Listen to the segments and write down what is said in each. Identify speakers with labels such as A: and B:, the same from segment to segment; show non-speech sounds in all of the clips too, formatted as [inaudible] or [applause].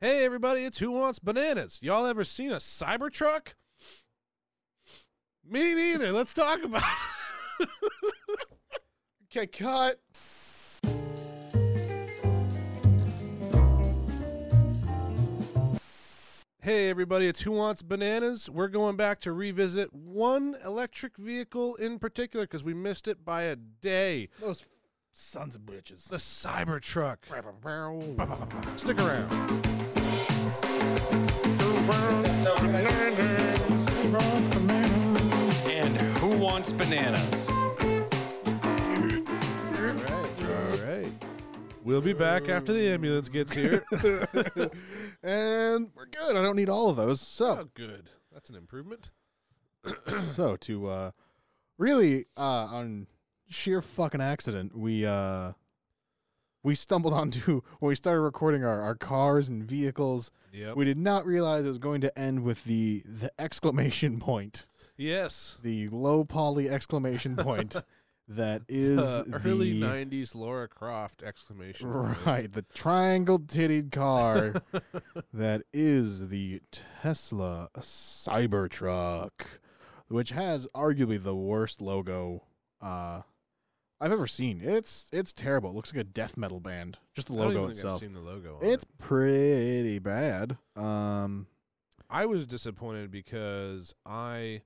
A: Hey, everybody, it's Who Wants Bananas. Y'all ever seen a Cybertruck? Me neither. Let's talk about it.
B: Okay, cut.
A: Hey, everybody, it's Who Wants Bananas. We're going back to revisit one electric vehicle in particular because we missed it by a day
B: Those sons of bitches.
A: the Cybertruck. Stick around.
C: And who wants bananas?
A: All right. All right. We'll be back after the ambulance gets
B: [laughs]
A: here.
B: And we're good. I don't need all of those. So,
A: oh, good. That's an improvement.
B: so to uh, really uh, on sheer fucking accident, we uh, we stumbled onto [laughs] when we started recording our, our cars and vehicles.
A: Yep.
B: We did not realize it was going to end with the the exclamation point,
A: yes.
B: the low poly exclamation
A: [laughs]
B: point that is
A: Uh, early
B: the,
A: 90s Laura Croft exclamation. point.
B: Right, the triangle-titted
A: [laughs]
B: car that is the Tesla Cybertruck, which has arguably the worst logo uh, I've ever seen. It's it's terrible. It looks like a death metal band. Just the
A: I don't even
B: logo
A: think I've
B: itself.
A: seen the logo. on it.
B: It's pretty bad. Um,
A: I was disappointed because I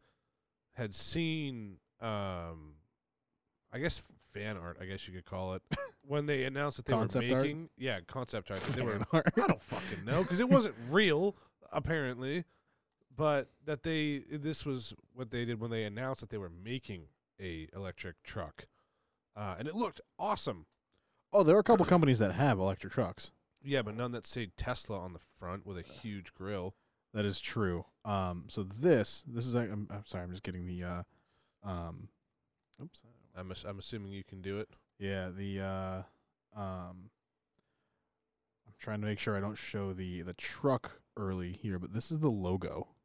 A: had seen, um, I guess fan art, I guess you could call
B: [laughs]
A: it, when they announced that they
B: Concept
A: were
B: art?
A: making, yeah, concept art. that
B: [laughs]
A: They were,
B: fan art.
A: I don't fucking know because it
B: [laughs]
A: wasn't real apparently, but that they this was what they did when they announced that they were making a electric truck, uh, and it looked awesome.
B: oh, there are a couple companies that have electric trucks.
A: Yeah, but none that say Tesla on the front with a huge grill.
B: That is true. Um, so this this is like, I'm, I'm sorry, I'm just getting the uh, um, oops.
A: I'm ass- I'm assuming you can do it.
B: Yeah, the uh um I'm trying to make sure I don't show the the truck early here, but this is the logo. [laughs]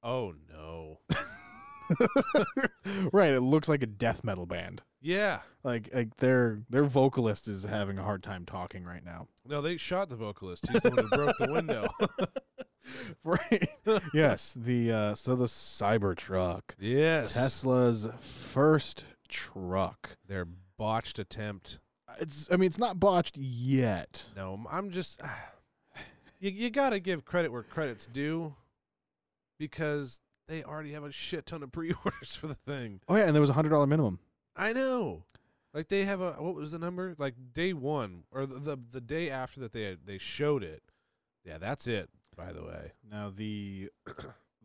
A: Oh no.
B: right, it looks like a death metal band.
A: Yeah.
B: Like like their their vocalist is having a hard time talking right now. [laughs]
A: No, they shot the vocalist. He's the one who broke the window.
B: Right. yes, the uh so the Cybertruck,
A: Yes.
B: Tesla's first truck.
A: Their botched attempt.
B: It's I mean it's not botched yet.
A: No, I'm- I'm just. ah. you you got to give credit where credit's due because they already have a shit ton of pre orders [laughs] for the thing.
B: Oh yeah, and there was a $100 minimum.
A: I know. Like they have a what was the number? Like day one or the the, the day after that they they showed it. Yeah, that's it. By the way,
B: Now the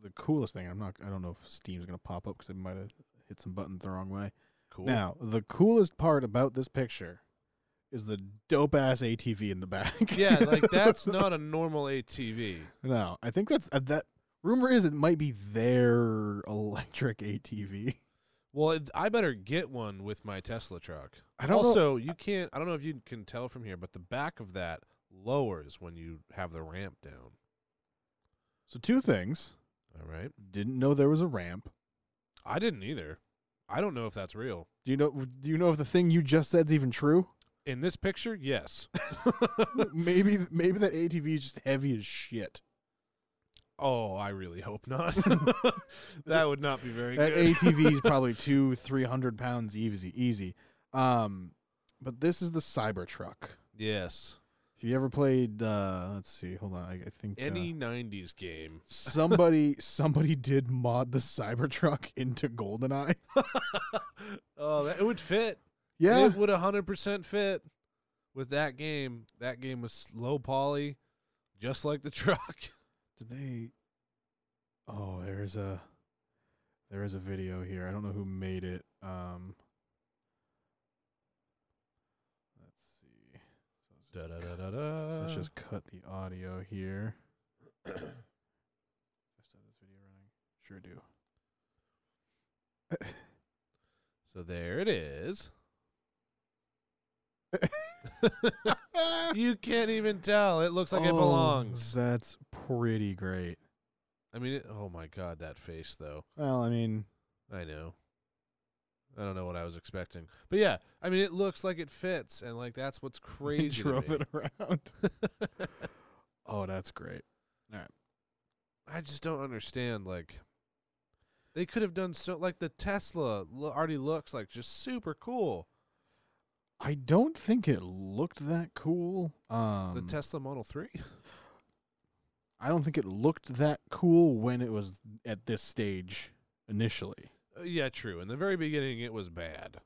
B: the coolest thing I'm not I don't know if Steam's gonna pop up because I might have hit some buttons the wrong way.
A: cool.
B: Now the coolest part about this picture is the dope ass ATV in the
A: [laughs]
B: back.
A: yeah, like that's not a normal ATV.
B: [laughs] no, I think that's uh, that. Rumor is it might be their electric ATV.
A: Well, it- I better get one with my Tesla truck.
B: I don't know-
A: also, you can't. I don't know if you can tell from here, but the back of that lowers when you have the ramp down.
B: So two things.
A: All right.
B: Didn't know there was a ramp.
A: I didn't either. I don't know if that's real.
B: Do you know? Do you know if the thing you just said's even true? [laughs]
A: In this picture, yes.
B: maybe maybe that ATV is just heavy as shit.
A: oh, I really hope not. [laughs] that would not be very
B: That
A: good.
B: ATV is probably two, three hundred pounds easy, easy. Um, but this is the Cybertruck.
A: [laughs] yes.
B: If you ever played, uh, let's see, hold on, I, I think uh,
A: Any '90s game. [laughs]
B: somebody somebody did mod the Cybertruck [laughs]
A: [laughs]
B: into GoldenEye.
A: Oh, that, it would fit.
B: Yeah,
A: It would 100% fit with that game. That game was low poly, just like the [laughs] truck.
B: did they? Oh, there is a there is a video here. I don't know who made it. Um, let's see. So
A: Da,
B: let's
A: da,
B: just
A: da, da, da.
B: Let's just cut the audio
A: [clears throat]
B: here. I still have this video running. Sure do.
A: So there it
B: [laughs]
A: is. you can't even tell. It looks like it
B: Oh,
A: belongs.
B: That's pretty great.
A: I mean, it, oh my god, that face though.
B: Well, I mean, [laughs]
A: I know. I don't know what I was expecting, but yeah, I mean, it
B: [laughs]
A: looks like it fits, and like that's what's
B: they
A: [laughs] crazy. to
B: drove
A: me.
B: it around. Oh, That's great.
A: I just don't understand. Like, they could have done so. Like the Tesla lo- already looks like just super cool.
B: I don't think it looked that cool. Um,
A: the Tesla Model Three.
B: I don't think it looked that cool when it was at this stage initially.
A: Uh, yeah, true. In the very beginning, it was bad.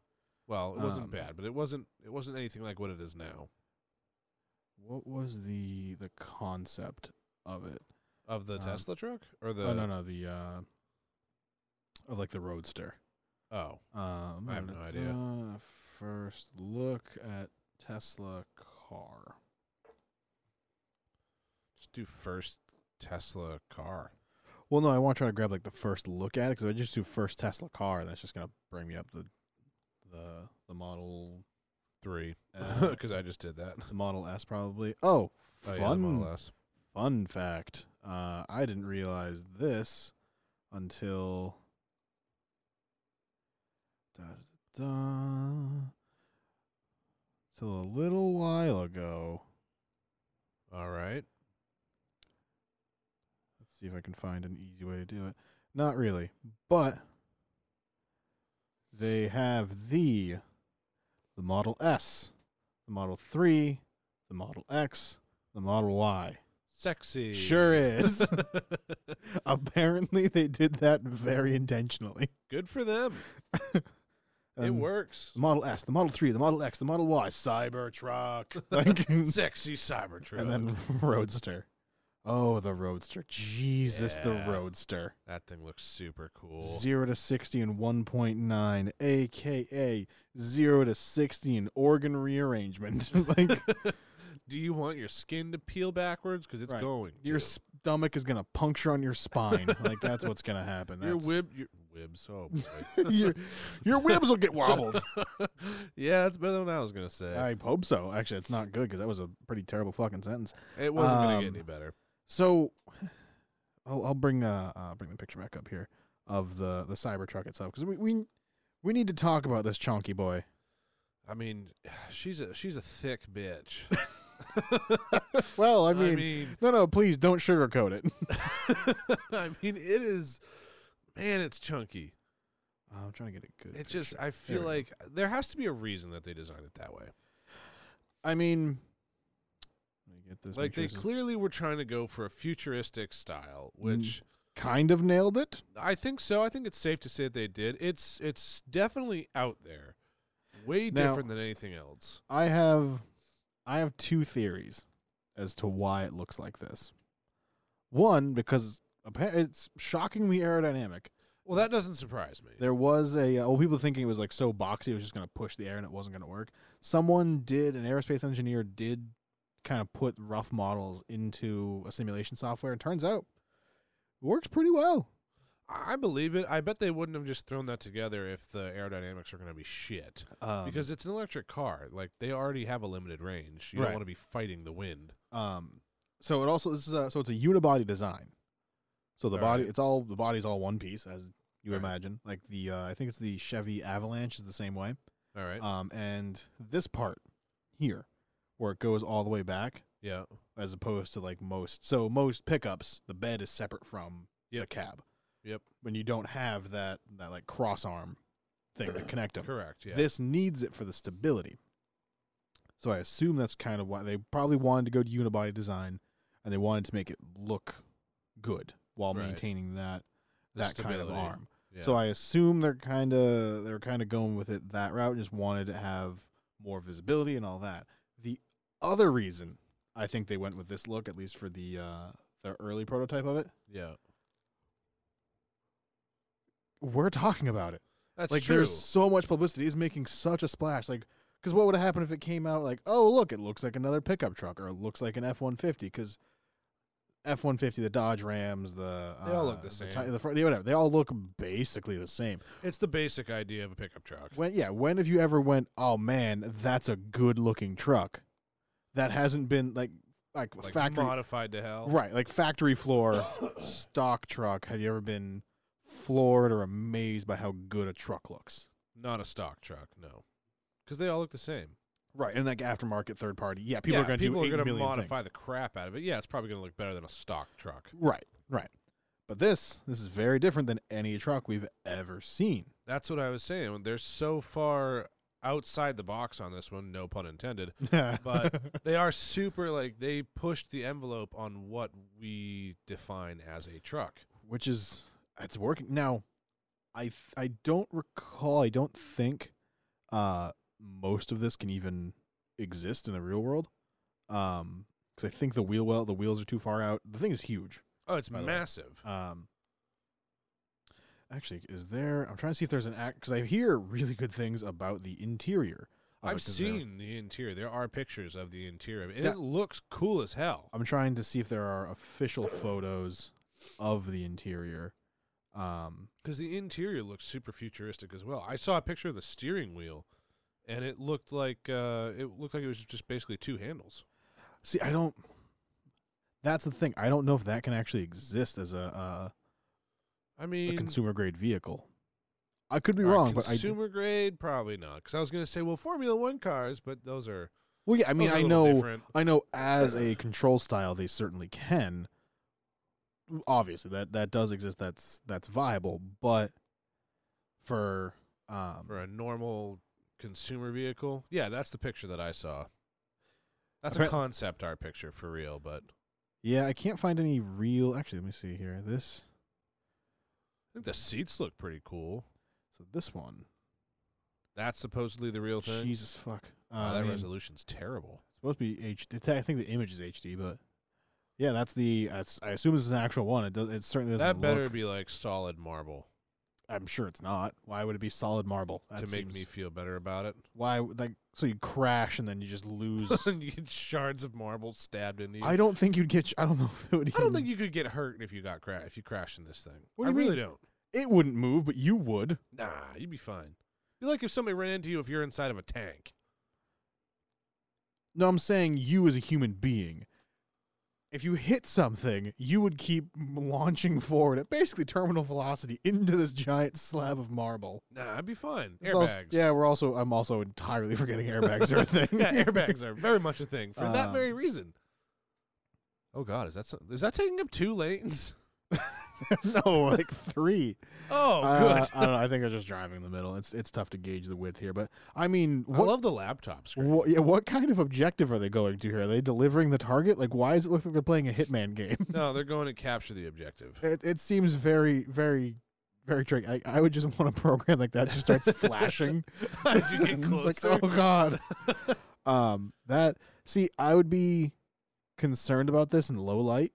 A: Well, it wasn't
B: Um,
A: bad, but it wasn't. It wasn't anything like what it is now.
B: What was the the concept of it?
A: Of the
B: um,
A: Tesla truck or the
B: oh no no the uh, oh, like the Roadster.
A: oh
B: Um,
A: I have
B: and
A: no
B: it's,
A: idea.
B: uh, First look at Tesla car.
A: just do first Tesla car.
B: Well, no, I want to try to grab like the first look at it because I just do first Tesla car. That's just gonna bring me up the the
A: [laughs]
B: the model
A: Three, [laughs]
B: uh,
A: because I just did that.
B: the Model S probably. Oh,
A: Oh,
B: fun
A: yeah, the Model S.
B: fun fact. Uh, I didn't realize this until. Da, da, da, till a little while ago.
A: All right.
B: Let's see if I can find an easy way to do it. Not really, but they have the the Model S, the Model 3, the Model X, the Model Y.
A: Sexy. [laughs]
B: Sure is. [laughs] Apparently they did that very intentionally.
A: Good for them. it
B: Um,
A: works.
B: The Model S, the Model 3, the Model X, the Model
A: [laughs]
B: Y, Cybertruck. Like, and
A: Sexy Cybertruck.
B: then [laughs] Roadster. Oh, the Roadster. Jesus,
A: Yeah.
B: the Roadster.
A: that thing looks super cool.
B: 0 to 60 in 1.9, aka 0 to 60 in organ rearrangement.
A: [laughs]
B: [laughs] like
A: Do you want your skin to peel backwards? Because it's
B: Right.
A: going.
B: your
A: to.
B: stomach is going to puncture on your spine. like that's what's going to happen.
A: your
B: That's-
A: wib, your wibs. Oh
B: [laughs]
A: boy.
B: your, your ribs
A: [laughs]
B: will get wobbled.
A: yeah, that's better than I was gonna say.
B: I hope so. Actually, it's not good because that was a pretty terrible fucking sentence.
A: it wasn't gonna get
B: um,
A: any better.
B: So, I'll, I'll bring the uh, bring the picture back up here of the the Cybertruck itself because we, we we need to talk about this chonky boy.
A: I mean, [sighs] she's a she's a thick bitch.
B: Well, [laughs]
A: [laughs]
B: I
A: I
B: mean,
A: mean,
B: no, no, please don't sugarcoat it. [laughs]
A: I mean, it is. Man, it's chunky.
B: I'm trying to get a good.
A: It just.
B: picture.
A: I feel
B: we go.
A: like there has to be a reason that they designed it that way.
B: I mean, let me get this.
A: Like
B: make sure
A: they
B: this is-
A: clearly were trying to go for a futuristic style,
B: Mm.
A: which
B: kind of nailed it.
A: I think so. I think it's safe to say that they did. It's it's definitely out there, way
B: Now-
A: different than anything else.
B: I have, I have two theories as to why it looks like this. One, because appa- it's shockingly aerodynamic.
A: Well, that doesn't surprise me.
B: There was a uh, well, people thinking it was like so boxy, it was just going to push the air and it wasn't going to work. Someone did, an aerospace engineer did, kind of put rough models into a simulation software. and turns out, it works pretty well.
A: I I believe it. I bet they wouldn't have just thrown that together if the aerodynamics are going to be shit
B: Um,
A: because it's an electric car. Like they already have a limited range. You
B: Right.
A: don't want to be fighting the wind.
B: um, so it also this is a, so it's a unibody design. So the
A: All
B: body,
A: right.
B: it's all the body's all one piece as you
A: Right.
B: imagine. Like the uh, I think it's the Chevy Avalanche is the same way.
A: All right.
B: Um, and this part here, where it goes all the way back,
A: yeah.
B: as opposed to like most. So most pickups, the bed is separate from the
A: Yep.
B: cab.
A: Yep.
B: When you don't have that that like cross arm thing to connect them,
A: Correct. Yeah.
B: this needs it for the stability. So I assume that's kind of why they probably wanted to go to unibody design, and they wanted to make it look good while
A: Right.
B: maintaining that
A: The
B: that kind of
A: stability.
B: arm.
A: Yeah.
B: So I assume they're kind of they're kind of going with it that route. and Just wanted to have more visibility and all that. The other reason I think they went with this look, at least for the uh, the early prototype of it,
A: yeah.
B: we're talking about it.
A: That's
B: like
A: true.
B: there's so much publicity. It's making such a splash. Like because what would have happened if it came out like, oh look, it looks like another pickup truck or it looks like an F one fifty because. F one fifty, the Dodge Rams, the
A: They all look
B: uh,
A: the
B: ti-
A: same.
B: the front, whatever. They all look basically the same.
A: It's the basic idea of a pickup truck.
B: When yeah, when have you ever went, "Oh man, that's a good looking truck." That hasn't been like like,
A: Like
B: factory
A: modified to hell.
B: right, like factory floor stock truck. Have you ever been floored or amazed by how good a truck looks?
A: Not a stock truck. No. Because they all look the same.
B: Right, and like aftermarket third party. Yeah, people
A: yeah,
B: are going to do
A: people
B: eight
A: are gonna
B: million
A: modify
B: things.
A: the crap out of it. Yeah, it's probably going to look better than a stock truck.
B: Right, right. But this this is very different than any truck we've ever seen.
A: That's what I was saying. They're so far outside the box on this one, no pun intended. [laughs] But they are super like they pushed the envelope on what we define as a truck.
B: [laughs] which is it's working now. I th- I don't recall. I don't think uh, most of this can even exist in the real world. Um, because I think the wheel well the wheels are too far out. The thing is huge.
A: Oh, it's
B: By the way.
A: massive.
B: Um, actually, is there? I'm trying to see if there's an act because I hear really good things about the interior. of it,
A: I've
B: 'cause there-
A: seen the interior. There are pictures of the interior, of it, and
B: That-
A: it looks cool as hell.
B: I'm trying to see if there are official photos of the interior. Um,
A: because the interior looks super futuristic as well. I saw a picture of the steering wheel, and it looked like uh, it looked like it was just basically two handles.
B: See, I don't. That's the thing. I don't know if that can actually exist as a
A: I
B: uh, a
A: mean,
B: consumer grade vehicle. I could be
A: uh,
B: wrong, but I d-
A: consumer grade probably not. Because I was going to say, well, Formula One cars, but those are.
B: well, yeah. I mean,
A: those are a
B: I
A: little
B: know,
A: different.
B: I know. As a control style, they certainly can. Obviously, that that does exist. That's that's viable, but for um,
A: for a normal consumer vehicle. Yeah, that's the picture that I saw. That's a
B: Apparent-
A: concept art picture for real, but I
B: yeah, I can't find any real. Actually, let me see here. This
A: think the seats look pretty cool.
B: so this one.
A: That's supposedly the real thing.
B: Jesus fuck. Uh,
A: Wow,
B: I
A: that
B: mean,
A: resolution's terrible.
B: It's supposed to be HD. I think the image is HD, but yeah, that's the. That's, I assume this is an actual one. It does. It certainly
A: That
B: doesn't.
A: better
B: look-
A: be like solid marble
B: I'm sure it's not. Why would it be solid marble? That
A: to make
B: seems-
A: me feel better about it.
B: Why would- like so you crash and then you just lose?
A: [laughs] and you get shards of marble stabbed into you. I,
B: I don't think you'd get. I don't know [laughs] if it would.
A: don't
B: even-
A: think you could get hurt if you got cra- if you crashed in this thing.
B: What do
A: I
B: you
A: really
B: mean?
A: don't.
B: it wouldn't move, but you would.
A: Nah, you'd be fine. Be like if somebody ran into you if you're inside of a tank.
B: No, I'm saying you as a human being. If you hit something, you would keep launching forward at basically terminal velocity into this giant slab of marble.
A: Nah, I'd be fine.
B: It's
A: Airbags.
B: also- yeah, we're also. I'm also entirely forgetting airbags [laughs] are a thing.
A: yeah, airbags are very much a thing for that
B: Um,
A: very reason. Oh God, is that so- is that taking up two
B: [laughs]
A: lanes?
B: no, like three.
A: Oh,
B: Uh,
A: good.
B: I don't know. I think I'm just driving in the middle. It's it's tough to gauge the width here, but I mean,
A: I
B: what
A: love the laptop screen.
B: what, yeah, what kind of objective are they going to here? Are they delivering the target? Like, why does it look like they're playing a hitman game?
A: No, they're going to capture the
B: [laughs]
A: objective. [laughs]
B: It it seems very very very tricky. I, I would just [laughs] want a program like that just starts flashing.
A: [laughs] As you get
B: [laughs] Like,
A: closer,
B: oh
A: [laughs]
B: god. um, that see, I would be concerned about this in low light,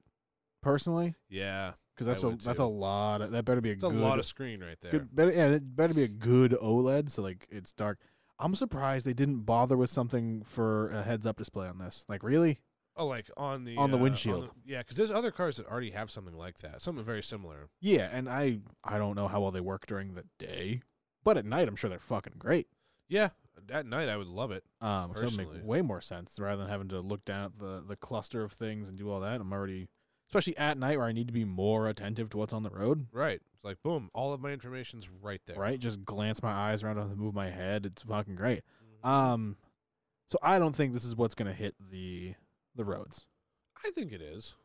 B: personally,
A: yeah,
B: because
A: I
B: that's a
A: would
B: that's
A: too.
B: a lot. Of, that better be a
A: it's a
B: good
A: lot of screen right there.
B: Good, better, yeah, it better be a good OLED, so like it's dark. I'm surprised they didn't bother with something for a heads-up display on this. Like, really?
A: Oh, like on the
B: On the
A: uh,
B: windshield.
A: the- yeah, because there's other cars that already have something like that, something very similar.
B: Yeah, and I I don't know how well they work during the day, but at night I'm sure they're fucking great.
A: Yeah, at night I would love it.
B: Um, 'cause that would
A: Personally.
B: make way more sense rather than having to look down at the the cluster of things and do all that. I'm already, especially at night where I need to be more attentive to what's on the road.
A: Right? It's like boom, all of my information's right there.
B: Right, just glance my eyes around, I don't have to move my head. It's fucking great. Um, so I don't think this is what's gonna hit the the roads.
A: I think it is.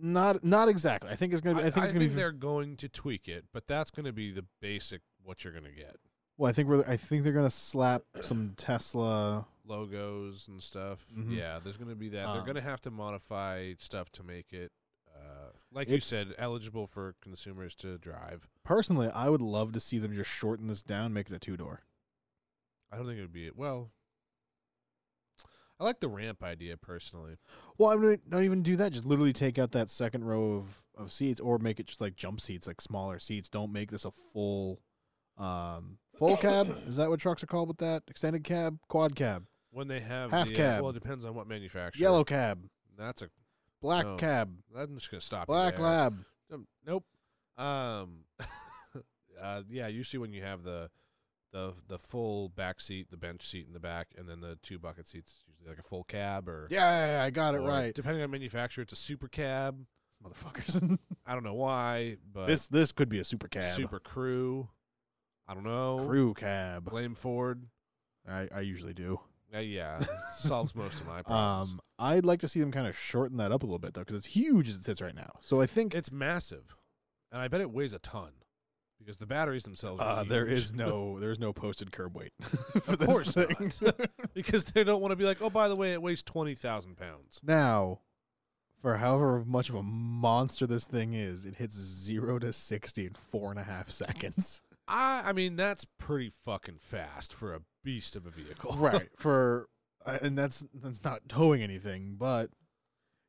B: Not not exactly. I think it's gonna. Be, I, think it's gonna be.
A: they're going to tweak it, but that's going to be the basic what you're going to get
B: Well, I think we're. I think they're gonna slap some Tesla.
A: logos and stuff.
B: Mhm.
A: Yeah, there's going to be that. they're
B: Um,
A: going to have to modify stuff to make it, uh, like you
B: It's-
A: said, eligible for consumers to drive.
B: Personally, I would love to see them just shorten this down, make it a two door.
A: I don't think it would be well. I like the ramp idea personally.
B: Well, I would not even do that. Just literally take out that second row of of seats, or make it just like jump seats, like smaller seats. Don't make this a full, um, full cab. Is that what trucks are called with that? Extended cab, quad cab,
A: When they have
B: Half
A: the, uh,
B: cab.
A: well, it depends on what manufacturer.
B: yellow cab,
A: That's a.
B: black
A: No.
B: cab,
A: I'm just gonna stop. you
B: black
A: there.
B: lab.
A: Um, nope. Um. [laughs] uh, yeah. Usually when you have the the the full back seat, the bench seat in the back, and then the two bucket seats, it's usually like a full cab or.
B: Yeah, I got it
A: or
B: right,
A: Depending on manufacturer, it's a super cab.
B: motherfuckers. [laughs]
A: I don't know why, but
B: this this could be a super cab,
A: super crew. I don't know.
B: crew cab.
A: Blame Ford.
B: I, I usually do.
A: Uh, yeah, solves most of
B: [laughs]
A: my problems.
B: Um, I'd like to see them kind of shorten that up a little bit though, because it's huge as it sits right now. So I think
A: it's massive, and I bet it weighs a ton because the batteries themselves. Are
B: uh, there
A: huge.
B: is no there is no posted curb weight. [laughs] for
A: Of
B: this
A: course
B: thing. [laughs]
A: not. [laughs] because they don't want to be like, oh, by the way, it weighs twenty thousand pounds.
B: now, for however much of a monster this thing is, it hits zero to sixty in four and a half seconds.
A: I, I mean, that's pretty fucking fast for a beast of a vehicle.
B: [laughs]
A: [laughs]
B: right for uh, and that's that's not towing anything but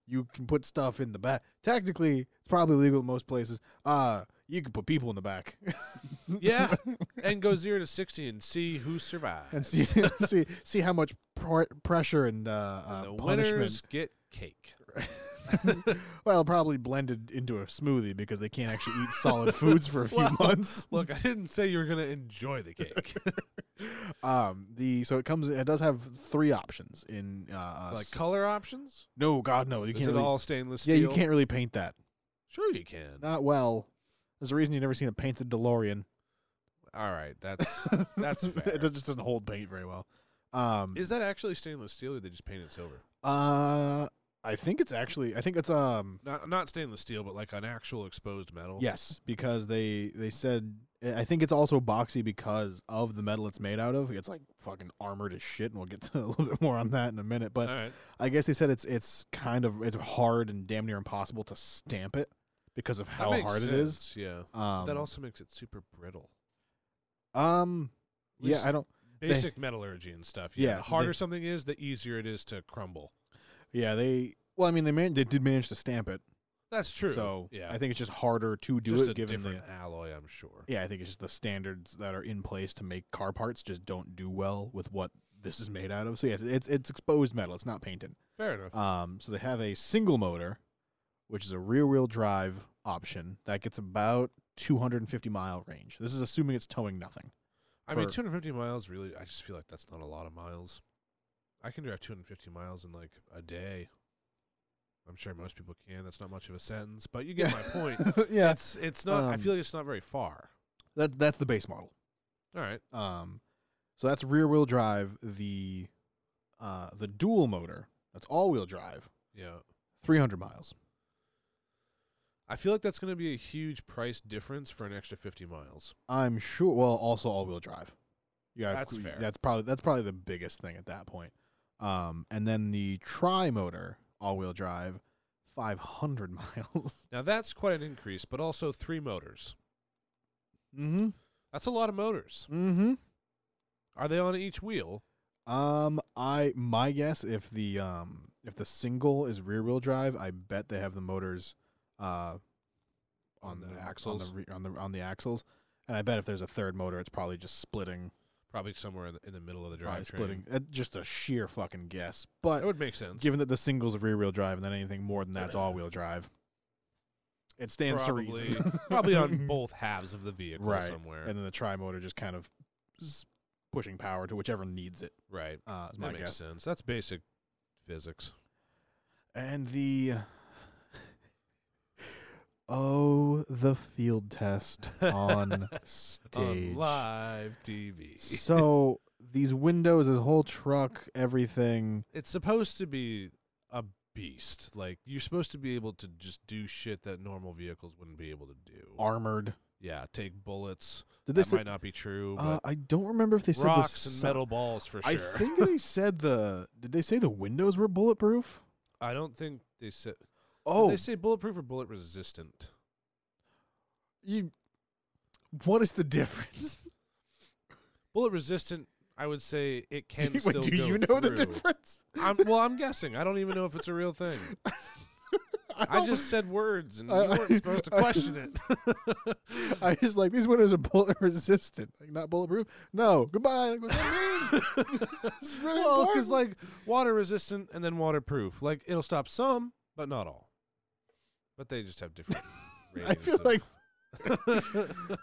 B: you can put stuff in the back technically it's probably legal in most places uh you can put people in the back [laughs]
A: yeah, and go zero to sixty and see who survives.
B: and see [laughs] see see how much pr- pressure and uh,
A: And the
B: uh punishment
A: winners get cake.
B: [laughs] well probably blended into a smoothie because they can't actually eat solid foods for a
A: [laughs]
B: few
A: Well,
B: months
A: Look, I didn't say you were gonna enjoy the cake,
B: um the so it comes it does have three options in [laughs] uh
A: like
B: s-
A: color options.
B: no god no you
A: Is
B: can't
A: it
B: really-
A: all stainless
B: yeah
A: steel?
B: you can't really paint that
A: Sure, you can.
B: Not well. There's a reason you've never seen a painted DeLorean.
A: All right,
B: [laughs]
A: that's [laughs] that's fair.
B: it just doesn't hold paint very well. Um,
A: Is that actually stainless steel, or they just paint it silver?
B: uh, I think it's actually. I think it's um.
A: Not not stainless steel, but like an actual exposed metal.
B: Yes, because they they said I think it's also boxy because of the metal it's made out of. It's like fucking armored as shit, and we'll get [laughs] to a little bit more on that in a minute.
A: All
B: But
A: right.
B: I guess they said it's it's kind of it's hard and damn near impossible to stamp it because of how
A: that
B: hard
A: makes
B: it is.
A: sense, Yeah.
B: Um,
A: that also makes it super brittle.
B: um
A: At least
B: yeah I don't
A: Basic metallurgy and stuff. Yeah.
B: Yeah,
A: the harder
B: they-
A: something is, the easier it is to crumble.
B: yeah they well I mean they man they did manage to stamp it.
A: That's true.
B: So
A: yeah,
B: I think it's just harder to do
A: just
B: it
A: a
B: given the
A: different alloy, I'm sure.
B: yeah. I think it's just the standards that are in place to make car parts just don't do well with what this is made out of. So yes, it's it's exposed metal. It's not painted.
A: Fair enough.
B: Um, so they have a single motor, which is a rear-wheel drive option that gets about 250 mile range. This is assuming it's towing nothing.
A: I mean,
B: for-
A: 250 miles. Really, I just feel like that's not a lot of miles. I can drive 250 miles in like a day. I'm sure most people can. That's not much of a sentence, but you
B: [laughs]
A: get my point.
B: yeah,
A: It's it's not. I
B: Um,
A: feel like it's not very far.
B: that that's the base model.
A: All right.
B: Um, so that's rear-wheel drive. The uh, the dual motor that's all-wheel drive,
A: Yeah.
B: 300 miles.
A: I feel like that's going to be a huge price difference for an extra 50 miles.
B: I'm sure. Well, also all-wheel drive. Yeah,
A: That's fair.
B: That's probably that's probably the biggest thing at that point. Um, and then the tri-motor all-wheel drive, 500 [laughs] miles.
A: Now that's quite an increase, but also three motors.
B: mm-hmm.
A: That's a lot of motors.
B: Mm-hmm.
A: Are they on each wheel?
B: Um, I my guess if the um if the single is rear-wheel drive, I bet they have the motors, uh,
A: On the
B: on
A: axles?
B: the re- on the on the axles. And I bet if there's a third motor, it's probably just splitting,
A: Probably somewhere in the, in the middle of the
B: probably
A: drivetrain.
B: splitting. Uh, just a sheer fucking guess. But
A: That would make sense.
B: given that the single's rear wheel drive and then anything more than that's all wheel drive, it stands to
A: probably, [laughs]
B: reason.
A: [laughs] probably
B: [laughs]
A: on both halves of the vehicle
B: Right.
A: somewhere.
B: and then the tri motor just kind of s- pushing power to whichever needs it.
A: right.
B: Uh,
A: That
B: is my
A: makes
B: guess.
A: sense. That's basic physics.
B: And the oh, the field test
A: [laughs]
B: on stage.
A: On live TV.
B: so these windows, this whole truck, everything.
A: It's supposed to be a beast. Like you're supposed to be able to just do shit that normal vehicles wouldn't be able to do.
B: Armored.
A: yeah, take bullets.
B: Did they
A: That
B: say,
A: might not be true, but
B: uh, I don't remember if they said the
A: rocks and
B: si-
A: metal balls for
B: I
A: sure. [laughs]
B: think they said the. Did they say the windows were bulletproof?
A: I don't think they said.
B: Oh,
A: they say bulletproof or bullet resistant.
B: you. What is the difference?
A: Bullet resistant. I would say it [laughs] can
B: [laughs] Wait,
A: still
B: do
A: go
B: you know the
A: through.
B: difference? [laughs]
A: I'm, well, I'm guessing. I don't even know if it's a real thing. I
B: don't-
A: just
B: [laughs]
A: said words, and
B: I-
A: you weren't
B: [laughs] I-
A: supposed to
B: I-
A: question
B: [laughs]
A: it.
B: I just like these windows are bullet [laughs] resistant, like not bulletproof. No, goodbye. Like, what's that mean?
A: [laughs]
B: [laughs] It's really
A: well, because
B: important.
A: like water resistant and then waterproof, like it'll stop some, but not all. But they just have different.
B: [laughs] I
A: ratings
B: feel
A: of- [laughs]
B: like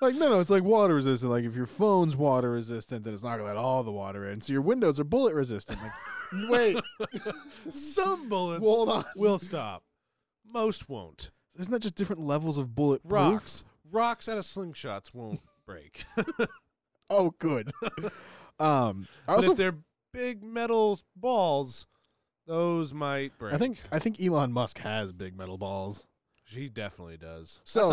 B: like no, no, it's like water resistant. Like if your phone's water resistant, then it's not gonna let all the water in. So your windows are bullet resistant.
A: [laughs]
B: Like wait,
A: some bullets
B: hold on.
A: will stop, most won't.
B: Isn't that just different levels of bulletproof?
A: Rocks, rocks out of slingshots won't break.
B: Oh, good. [laughs] um, I
A: But
B: also
A: if they're big metal balls, those might break.
B: I think I think Elon Musk has big metal balls.
A: she definitely does.
B: So-
A: That's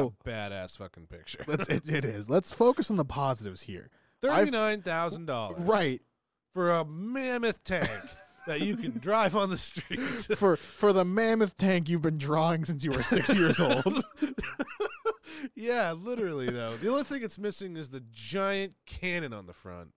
A: a badass fucking picture.
B: Let's it, it is. Let's focus on the positives here. [laughs] I've-
A: Thirty nine thousand dollars,
B: Right.
A: for a mammoth tank that you
B: [laughs]
A: can drive on the street. [laughs]
B: For for the mammoth tank you've been drawing since you were 6 years
A: [laughs]
B: old.
A: yeah, literally though. The only thing it's missing is the giant cannon on the front.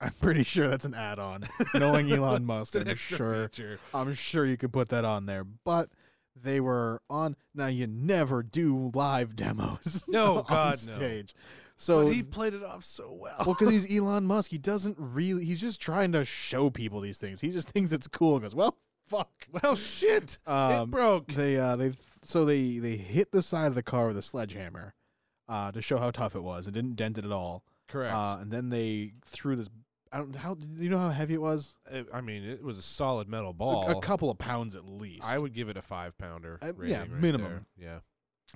B: I'm pretty sure that's an add-on. Knowing Elon Musk,
A: It's an
B: I'm
A: extra
B: [laughs] sure.
A: feature.
B: I'm sure you could put that on there, but they were on. Now you never do live demos.
A: No,
B: [laughs] on
A: God, no.
B: stage. So
A: but he played it off so [laughs] well.
B: well, because he's Elon Musk, he doesn't really. He's just trying to show people these things. He just [laughs] thinks it's cool and goes, "Well, fuck."
A: Well, shit, it
B: Um,
A: broke.
B: they uh, they so they they hit the side of the car with a sledgehammer uh, to show how tough it was. It didn't dent it at all.
A: Correct.
B: Uh, and then they threw this. I don't how do you know how heavy it was?
A: I- I mean, it was a solid metal
B: A-
A: ball.
B: A, couple of pounds at least.
A: I would give it a five pounder.
B: Uh, yeah,
A: rating right
B: minimum.
A: there. Yeah.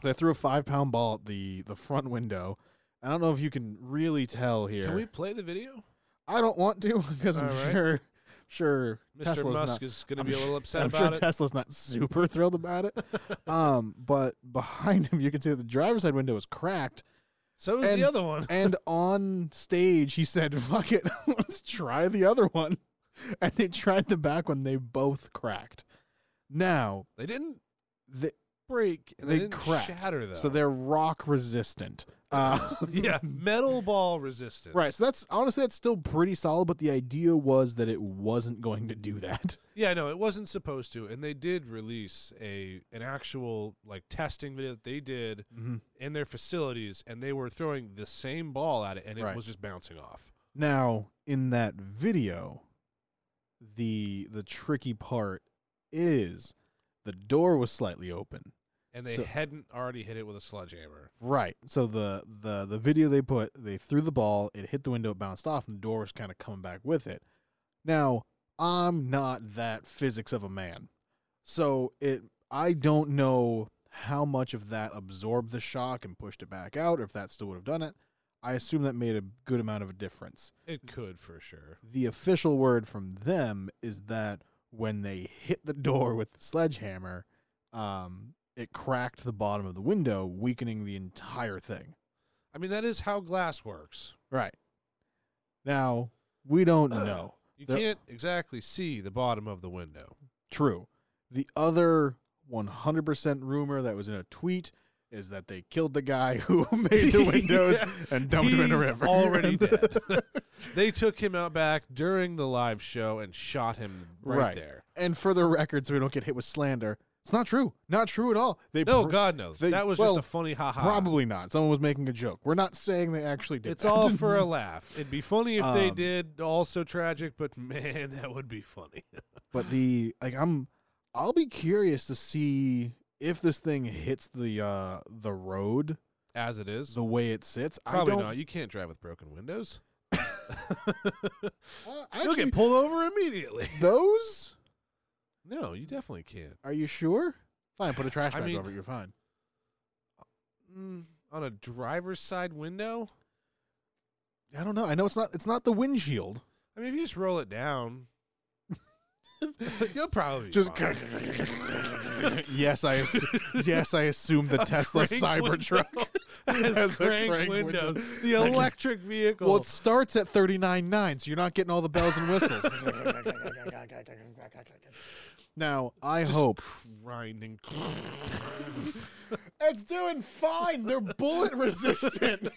B: They threw a five pound ball at the the front window. I don't know if you can really tell here.
A: Can we play the video?
B: I don't want to [laughs] because I'm
A: All right.
B: sure sure
A: Mr.
B: Tesla's
A: Musk
B: not.
A: is going to
B: I'm
A: be a
B: sure-
A: little upset
B: I'm sure
A: about it.
B: Tesla's not super [laughs] thrilled
A: [laughs]
B: about it. um, but behind him, you can see that the driver's side window is cracked.
A: so is
B: and-
A: the other one.
B: And on stage, he said, "Fuck it, [laughs] let's try the other one." [laughs] And they tried the back one. They both cracked. Now
A: They didn't
B: the,
A: break. And they,
B: They
A: didn't
B: cracked.
A: shatter though.
B: so they're rock resistant. Uh,
A: [laughs]
B: [laughs]
A: yeah, metal ball resistance.
B: Right. So that's honestly that's still pretty solid, but the idea was that it wasn't going to do that.
A: Yeah, no, it wasn't supposed to, and they did release a an actual like testing video that they did in their facilities, and they were throwing the same ball at it, and it
B: Right.
A: was just bouncing off.
B: Now, in that video, the the tricky part is the door was slightly open.
A: And they
B: So-
A: hadn't already hit it with a sledgehammer.
B: Right. So the the the video they put, they threw the ball, it hit the window, it bounced off, and the door was kind of coming back with it. Now, I'm not that physics of a man. So it I don't know how much of that absorbed the shock and pushed it back out, or if that still would have done it. I assume that made a good amount of a difference.
A: It could for sure.
B: The official word from them is that when they hit the door with the sledgehammer, um, it cracked the bottom of the window, weakening the entire thing.
A: I mean, that is how glass works.
B: Right. Now,
A: [clears throat]
B: we don't know.
A: You
B: The-
A: can't exactly see the bottom of the window.
B: True. The other 100% rumor that was in a tweet is that they killed the guy [laughs] who
A: [laughs]
B: made the windows
A: Yeah.
B: and dumped him in a
A: He's
B: river. [laughs]
A: Already dead. they took him out back during the live show and shot him right,
B: Right.
A: there.
B: and for the record, so we don't get hit with slander, it's not true. Not true at all. They
A: No,
B: pr-
A: God no.
B: they-
A: that was
B: well,
A: just a funny ha ha.
B: probably not. Someone was making a joke. We're not saying they actually did.
A: It's
B: that. [laughs]
A: all for a laugh. It'd be funny if they
B: Um,
A: did. Also tragic, but [laughs] man, that would be funny.
B: but the like i'm i'll be curious to see if this thing hits the uh the road
A: As it is,
B: the way it sits
A: probably
B: i don't
A: not. You can't drive with broken windows.
B: Uh,
A: You'll
B: actually,
A: get pulled over immediately. [laughs]
B: those
A: No, you definitely can't.
B: are you sure fine put a trash
A: I
B: bag
A: mean-
B: over it you're fine
A: Mm, on a driver's side window.
B: i don't know i know it's not it's not the windshield
A: I mean, if you just roll it
B: [laughs]
A: down, you'll probably be
B: just [laughs]
A: fine.
B: yes i assu- yes i
A: [laughs]
B: assume the tesla
A: Crank
B: cybertruck [laughs]
A: window. has,
B: has a
A: crank,
B: crank
A: windows.
B: window.
A: The electric vehicle.
B: well it starts at 39.9 so you're not getting all the bells and [laughs] whistles now i
A: Just
B: hope [laughs]
A: grinding. [laughs]
B: It's doing fine. They're bullet resistant.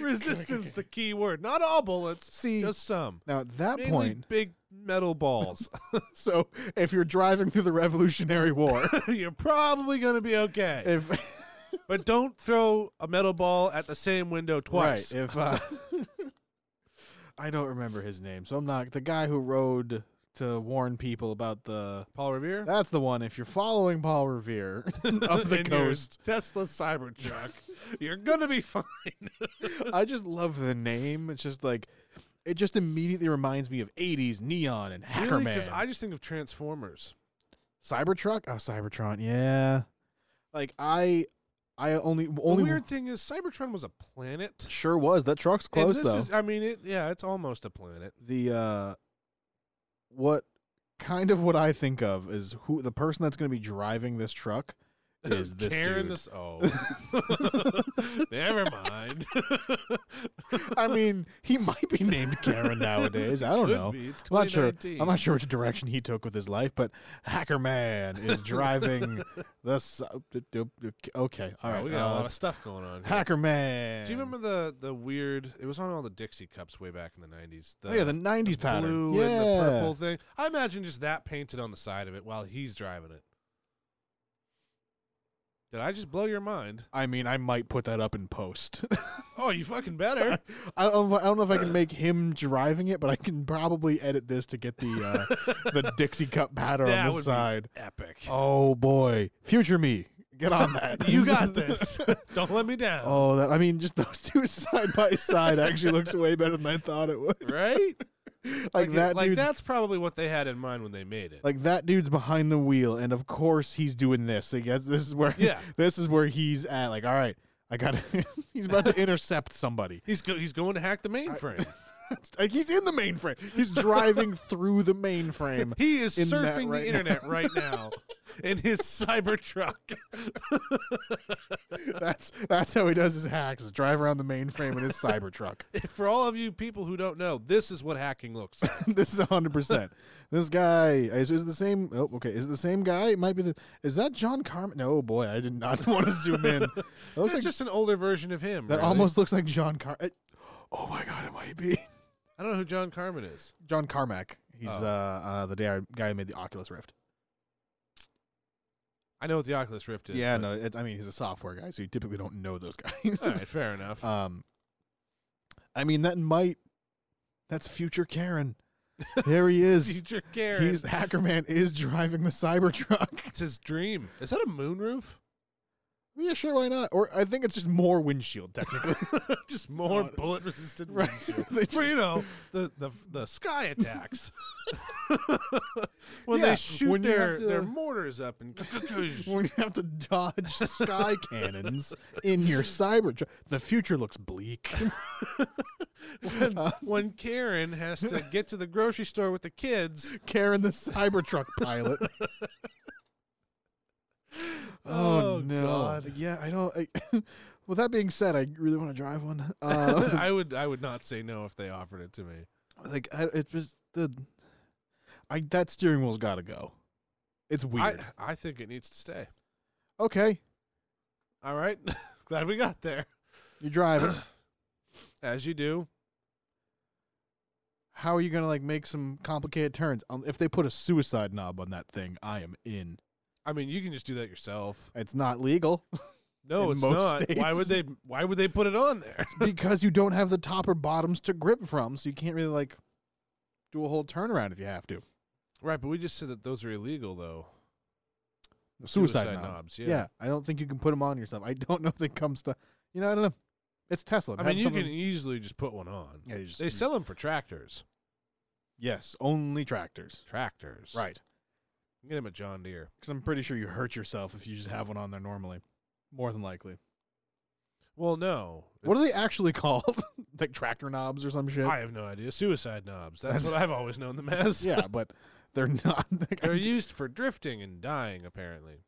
A: Resistance, the key word. Not all bullets,
B: [laughs] See,
A: just some.
B: now at that
A: Mainly
B: point,
A: big metal
B: [laughs]
A: balls. [laughs]
B: so if you're driving through the Revolutionary War, [laughs]
A: You're probably gonna be okay,
B: if
A: but don't throw a metal ball at the same window twice.
B: right, if uh, [laughs] I don't remember his name, so I'm not the guy who rode to warn people about the.
A: [laughs] Paul Revere
B: [laughs] That's the one. If you're following Paul Revere [laughs] up the
A: In your
B: coast,
A: Tesla Cybertruck.
B: [laughs]
A: You're gonna be fine.
B: I just love the name. It's just like it just immediately reminds me of '80s neon and Hackerman.
A: because I just think of Transformers.
B: Cybertruck? Oh, Cybertron. Yeah. Like I, I only only
A: the weird thing is, Cybertron was a planet.
B: sure was that truck's
A: And
B: close
A: this
B: though. [laughs]
A: Is, I mean, it, yeah, it's almost a planet.
B: the uh, what kind of what I think of is who the person that's going to be driving
A: [laughs]
B: this truck is this
A: Karen
B: dude.
A: this oh never mind.
B: [laughs] I mean, he might be [laughs] named
A: [laughs]
B: Karen [laughs] nowadays. I don't
A: Could
B: know.
A: be. It's
B: I'm not sure.
A: 2019.
B: I'm not sure which direction he took with his life, but Hacker Man is
A: [laughs]
B: driving the. su- Okay, all
A: Wow,
B: right.
A: Oh, we got a
B: uh,
A: lot of
B: that's
A: stuff going on. Here.
B: Hacker Man.
A: Do you remember the the weird? It was on all the Dixie cups way back in the nineties. The,
B: oh yeah, the '90s pattern.
A: blue
B: yeah.
A: and the purple thing. I imagine just that painted on the side of it while he's driving it. Did I just blow your mind?
B: I mean, I might put that up
A: [laughs]
B: in post.
A: Oh, you fucking better.
B: I don't, know if- I don't know if I can make him driving it, but I can probably edit this to get the uh,
A: [laughs]
B: the Dixie Cup pattern
A: That
B: on
A: would
B: the
A: be
B: side.
A: Epic.
B: Oh boy, future me, get on
A: [laughs] [laughs]
B: that.
A: You
B: [laughs]
A: got this. Don't let me down.
B: oh, that I mean, just those two [laughs] side by side actually looks way better than I thought it would.
A: Right?
B: Like,
A: Like,
B: that
A: like
B: dude.
A: that's probably what they had in mind when they made it.
B: Like that dude's behind the wheel, and of course he's doing this. I guess this is where
A: Yeah.
B: [laughs] this is where he's at. Like, all right, I got. to [laughs] he's about to intercept somebody.
A: he's go- he's going to hack the
B: [laughs]
A: mainframe.
B: like he's in the mainframe. He's [laughs] driving through the mainframe.
A: he is
B: In that
A: surfing
B: right
A: the
B: now.
A: internet right now in
B: [laughs]
A: his cyber truck.
B: That's that's how he does his hacks. is Drive around the mainframe in his [laughs] Cybertruck.
A: [laughs] For all of you people who don't know, this is what hacking looks like.
B: this is hundred percent. This guy is, is it the same. Oh, okay. Is it the same guy? It might be the. Is that John Carmen? No, boy, I did not [laughs] want to zoom in. That
A: It's
B: looks like
A: just an older version of him.
B: that
A: really.
B: almost looks like John Car. it- Oh my god, it might be [laughs]
A: I don't know who John Carmen is.
B: John Carmack. He's
A: Oh.
B: uh, uh the guy guy who made the Oculus Rift.
A: I know what the Oculus Rift is.
B: yeah,
A: but-
B: no, it, I mean he's a software guy, so you typically don't know those guys.
A: All right, fair
B: [laughs]
A: enough.
B: Um, I mean, that might. That's future Karen. There he [laughs] is.
A: Future Karen.
B: He's Hackerman is driving the Cybertruck.
A: it's his dream. Is that a moonroof?
B: [laughs]
A: [laughs]
B: yeah, sure, why not? Or I think it's just more windshield technically.
A: Just more
B: God.
A: bullet resistant
B: [laughs] Uh, Right. [laughs]
A: windshield.
B: They
A: For you know, the, the the sky attacks. when
B: Yeah,
A: they shoot
B: when you have
A: their, their
B: to-
A: mortars up
B: [laughs]
A: and
B: when you have to dodge sky [laughs] cannons in your Cybertruck, the future looks bleak. [laughs]
A: when, when Karen has to get to the grocery store with the
B: [laughs]
A: kids.
B: Karen, the Cybertruck [laughs] pilot.
A: Oh, God.
B: Yeah, I don't. I, [laughs] with that being said, I really want to drive one. Uh,
A: I would I would not say no if they offered it to me.
B: like I, it was the I that steering wheel's got to go. It's
A: I,
B: weird.
A: I think it needs to stay.
B: okay,
A: All right. [laughs] Glad we got there.
B: you drive
A: [clears throat]
B: it.
A: As you do.
B: How are you gonna like make some complicated turns? Um, if they put a suicide knob on that thing, I am in.
A: I mean, you can just do that yourself.
B: It's not legal
A: No,
B: In
A: it's
B: most
A: not. Why would they
B: states.
A: why would they put it on there? [laughs]
B: because you don't have the top or bottoms to grip from, so you can't really like do a whole turnaround if you have to.
A: Right, but we just said that those are illegal though.
B: Suicide,
A: Suicide
B: knob.
A: knobs, yeah.
B: I don't think you can put them on yourself. I don't know if they come stuff. You know, I don't know. It's Tesla.
A: I
B: Have
A: mean, you
B: something-
A: can easily just put one on.
B: Yeah, you just-
A: they sell them for tractors.
B: yes, only tractors.
A: Tractors.
B: Right.
A: You can get them at John Deere.
B: Because I'm pretty sure you hurt yourself if you just have one on there normally. More than likely.
A: Well, no.
B: What are they
A: it's-
B: actually [laughs] called? like tractor knobs or some shit? [laughs]
A: I have no idea. Suicide knobs. That's,
B: That's-
A: what I've always known them as.
B: yeah, but they're not. [laughs] Like,
A: They're used for drifting and dying, apparently.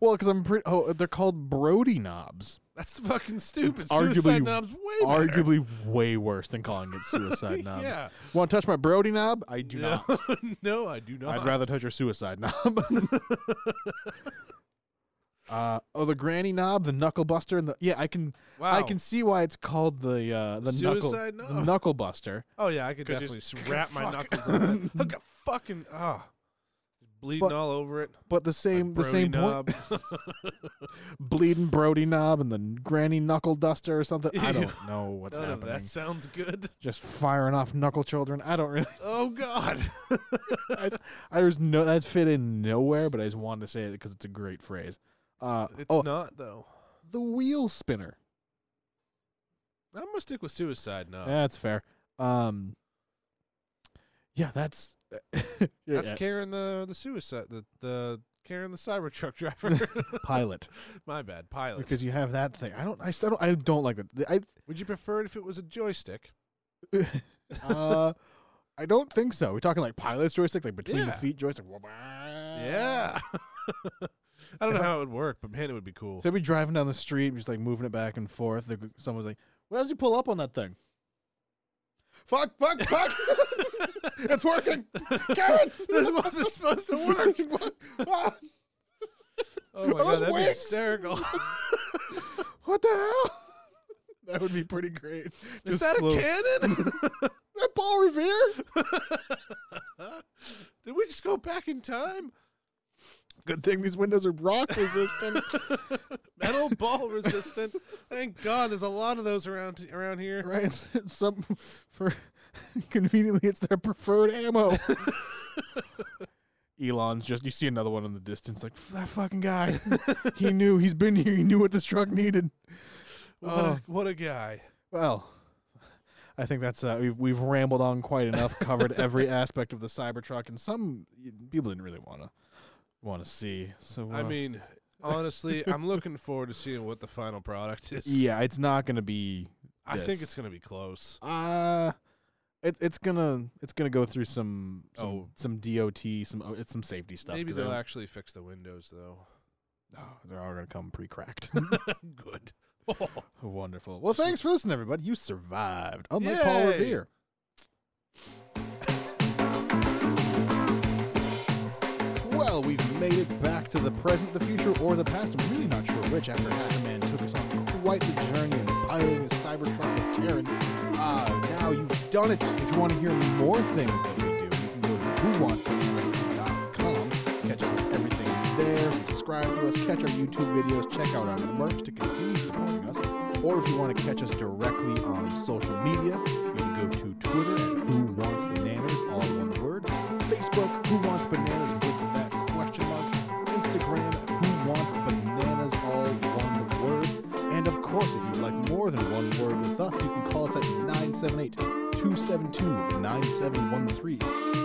B: well, because I'm pretty. Oh, they're called Brody knobs.
A: That's fucking stupid.
B: arguably-
A: suicide knobs way better. [laughs]
B: Arguably way worse than calling it [laughs] suicide knob.
A: Yeah.
B: Want to touch my Brody knob? I do
A: no,
B: [laughs] not.
A: [laughs] no, I do not.
B: I'd rather touch your suicide [laughs] knob. uh, oh, the granny knob, the knuckle buster, and the yeah, I can
A: Wow.
B: I can see why it's called the uh, the
A: Suicide
B: knuckle the
A: knob.
B: knuckle buster.
A: Oh yeah, I could
B: 'Cause
A: definitely
B: just-
A: s- wrap my
B: [laughs] fuck.
A: knuckles
B: [laughs]
A: on it. Look, at fucking ah, bleeding
B: But-
A: all over it.
B: But the same the
A: Brody
B: same point.
A: knob.
B: [laughs] bleeding Brody knob and the granny knuckle duster or something. I
A: Ew. [laughs]
B: don't know what's
A: None of
B: happening.
A: that sounds good. [laughs]
B: Just firing off knuckle children. I don't really.
A: Oh God. [laughs]
B: I, I was no that fit in nowhere, but I just wanted to say it because it's a great phrase. Uh,
A: It's
B: oh,
A: not though.
B: the wheel spinner.
A: I'm gonna stick with suicide knob.
B: Yeah, that's fair. Um, yeah, that's. [laughs]
A: That's
B: yeah,
A: Karen the the suicide the the Karen the Cybertruck [laughs]
B: [laughs]
A: driver.
B: pilot
A: My bad, pilot.
B: because you have that thing. I don't. I still don't. I don't like that. I
A: Would you prefer it if it was a joystick?
B: uh, I don't think so. We're talking like pilot's joystick, like between the
A: Yeah.
B: feet joystick. Uh,
A: Yeah. [laughs] I don't know how it would work, but man, it would be cool. [laughs]
B: So I'd be driving down the street, just like moving it back and forth. The- Someone's like, "Where does he pull up on that thing?" Fuck! Fuck! Fuck! [laughs] it's working, Karen.
A: [laughs] this wasn't supposed to work.
B: [laughs] what, ah,
A: Oh my
B: Are those
A: god, that'd be
B: wings? [laughs]
A: hysterical.
B: what the hell? [laughs] That would be pretty great.
A: Is
B: Just
A: that
B: slow-
A: a
B: [laughs]
A: cannon? [laughs]
B: That Paul Revere?
A: Did we just go back in time?
B: Good thing these windows are rock [laughs] resistant.
A: Metal ball [laughs] resistant. Thank God, there's a lot of those around around here.
B: right? [laughs] It's, it's some for [laughs] conveniently, it's their preferred [laughs] ammo. Elon's just you see another one in the distance, like that fucking [laughs] guy. he knew he's been here. He knew what this truck needed.
A: What,
B: Oh.
A: a, what a guy.
B: Well, [laughs] I think that's uh, we've we've rambled on quite enough, covered [laughs] every aspect of the Cybertruck, and some y- people didn't really want to want to see. So
A: I
B: uh,
A: mean, honestly, I'm looking forward to seeing what the final product is.
B: yeah, it's not going to be.
A: I
B: Yes.
A: think it's gonna be close.
B: Uh it, it's gonna it's gonna go through some some,
A: Oh.
B: some DOT some oh, it's some safety stuff.
A: Maybe
B: 'cause I
A: they'll
B: don't-
A: actually fix the windows
B: [laughs]
A: though.
B: oh, they're all gonna come pre-cracked.
A: Good.
B: [laughs] Wonderful. Well, thanks for listening, everybody. You survived, unlike Paul
A: Yay.
B: Revere. Well, we've made it back to the present, the future, or the past. I'm really not sure which. After Hackerman took us on quite the journey and piloting his Cybertruck with Karen, uh, now you've done it. If you want to hear more things that we do, you can go to whowantspodcast.com. Catch up with everything there. Subscribe to us. Catch our YouTube videos. Check out our merch to continue supporting us. Or if you want to catch us directly on social media, you can go to Twitter at Who Wants Bananas, all one word. Facebook, Who Wants Bananas with that question mark. Instagram, Who Wants Bananas, all one word. And of course, if you'd like more than one word with us, you can call us at 978 272 9713.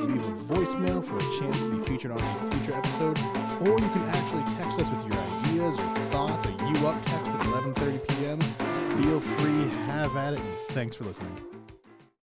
B: Leave a voicemail for a chance to be featured on a future episode, or you can actually text us with your ideas, your thoughts, a you up text at 11.30 p.m. Feel free, have at it, and thanks for listening.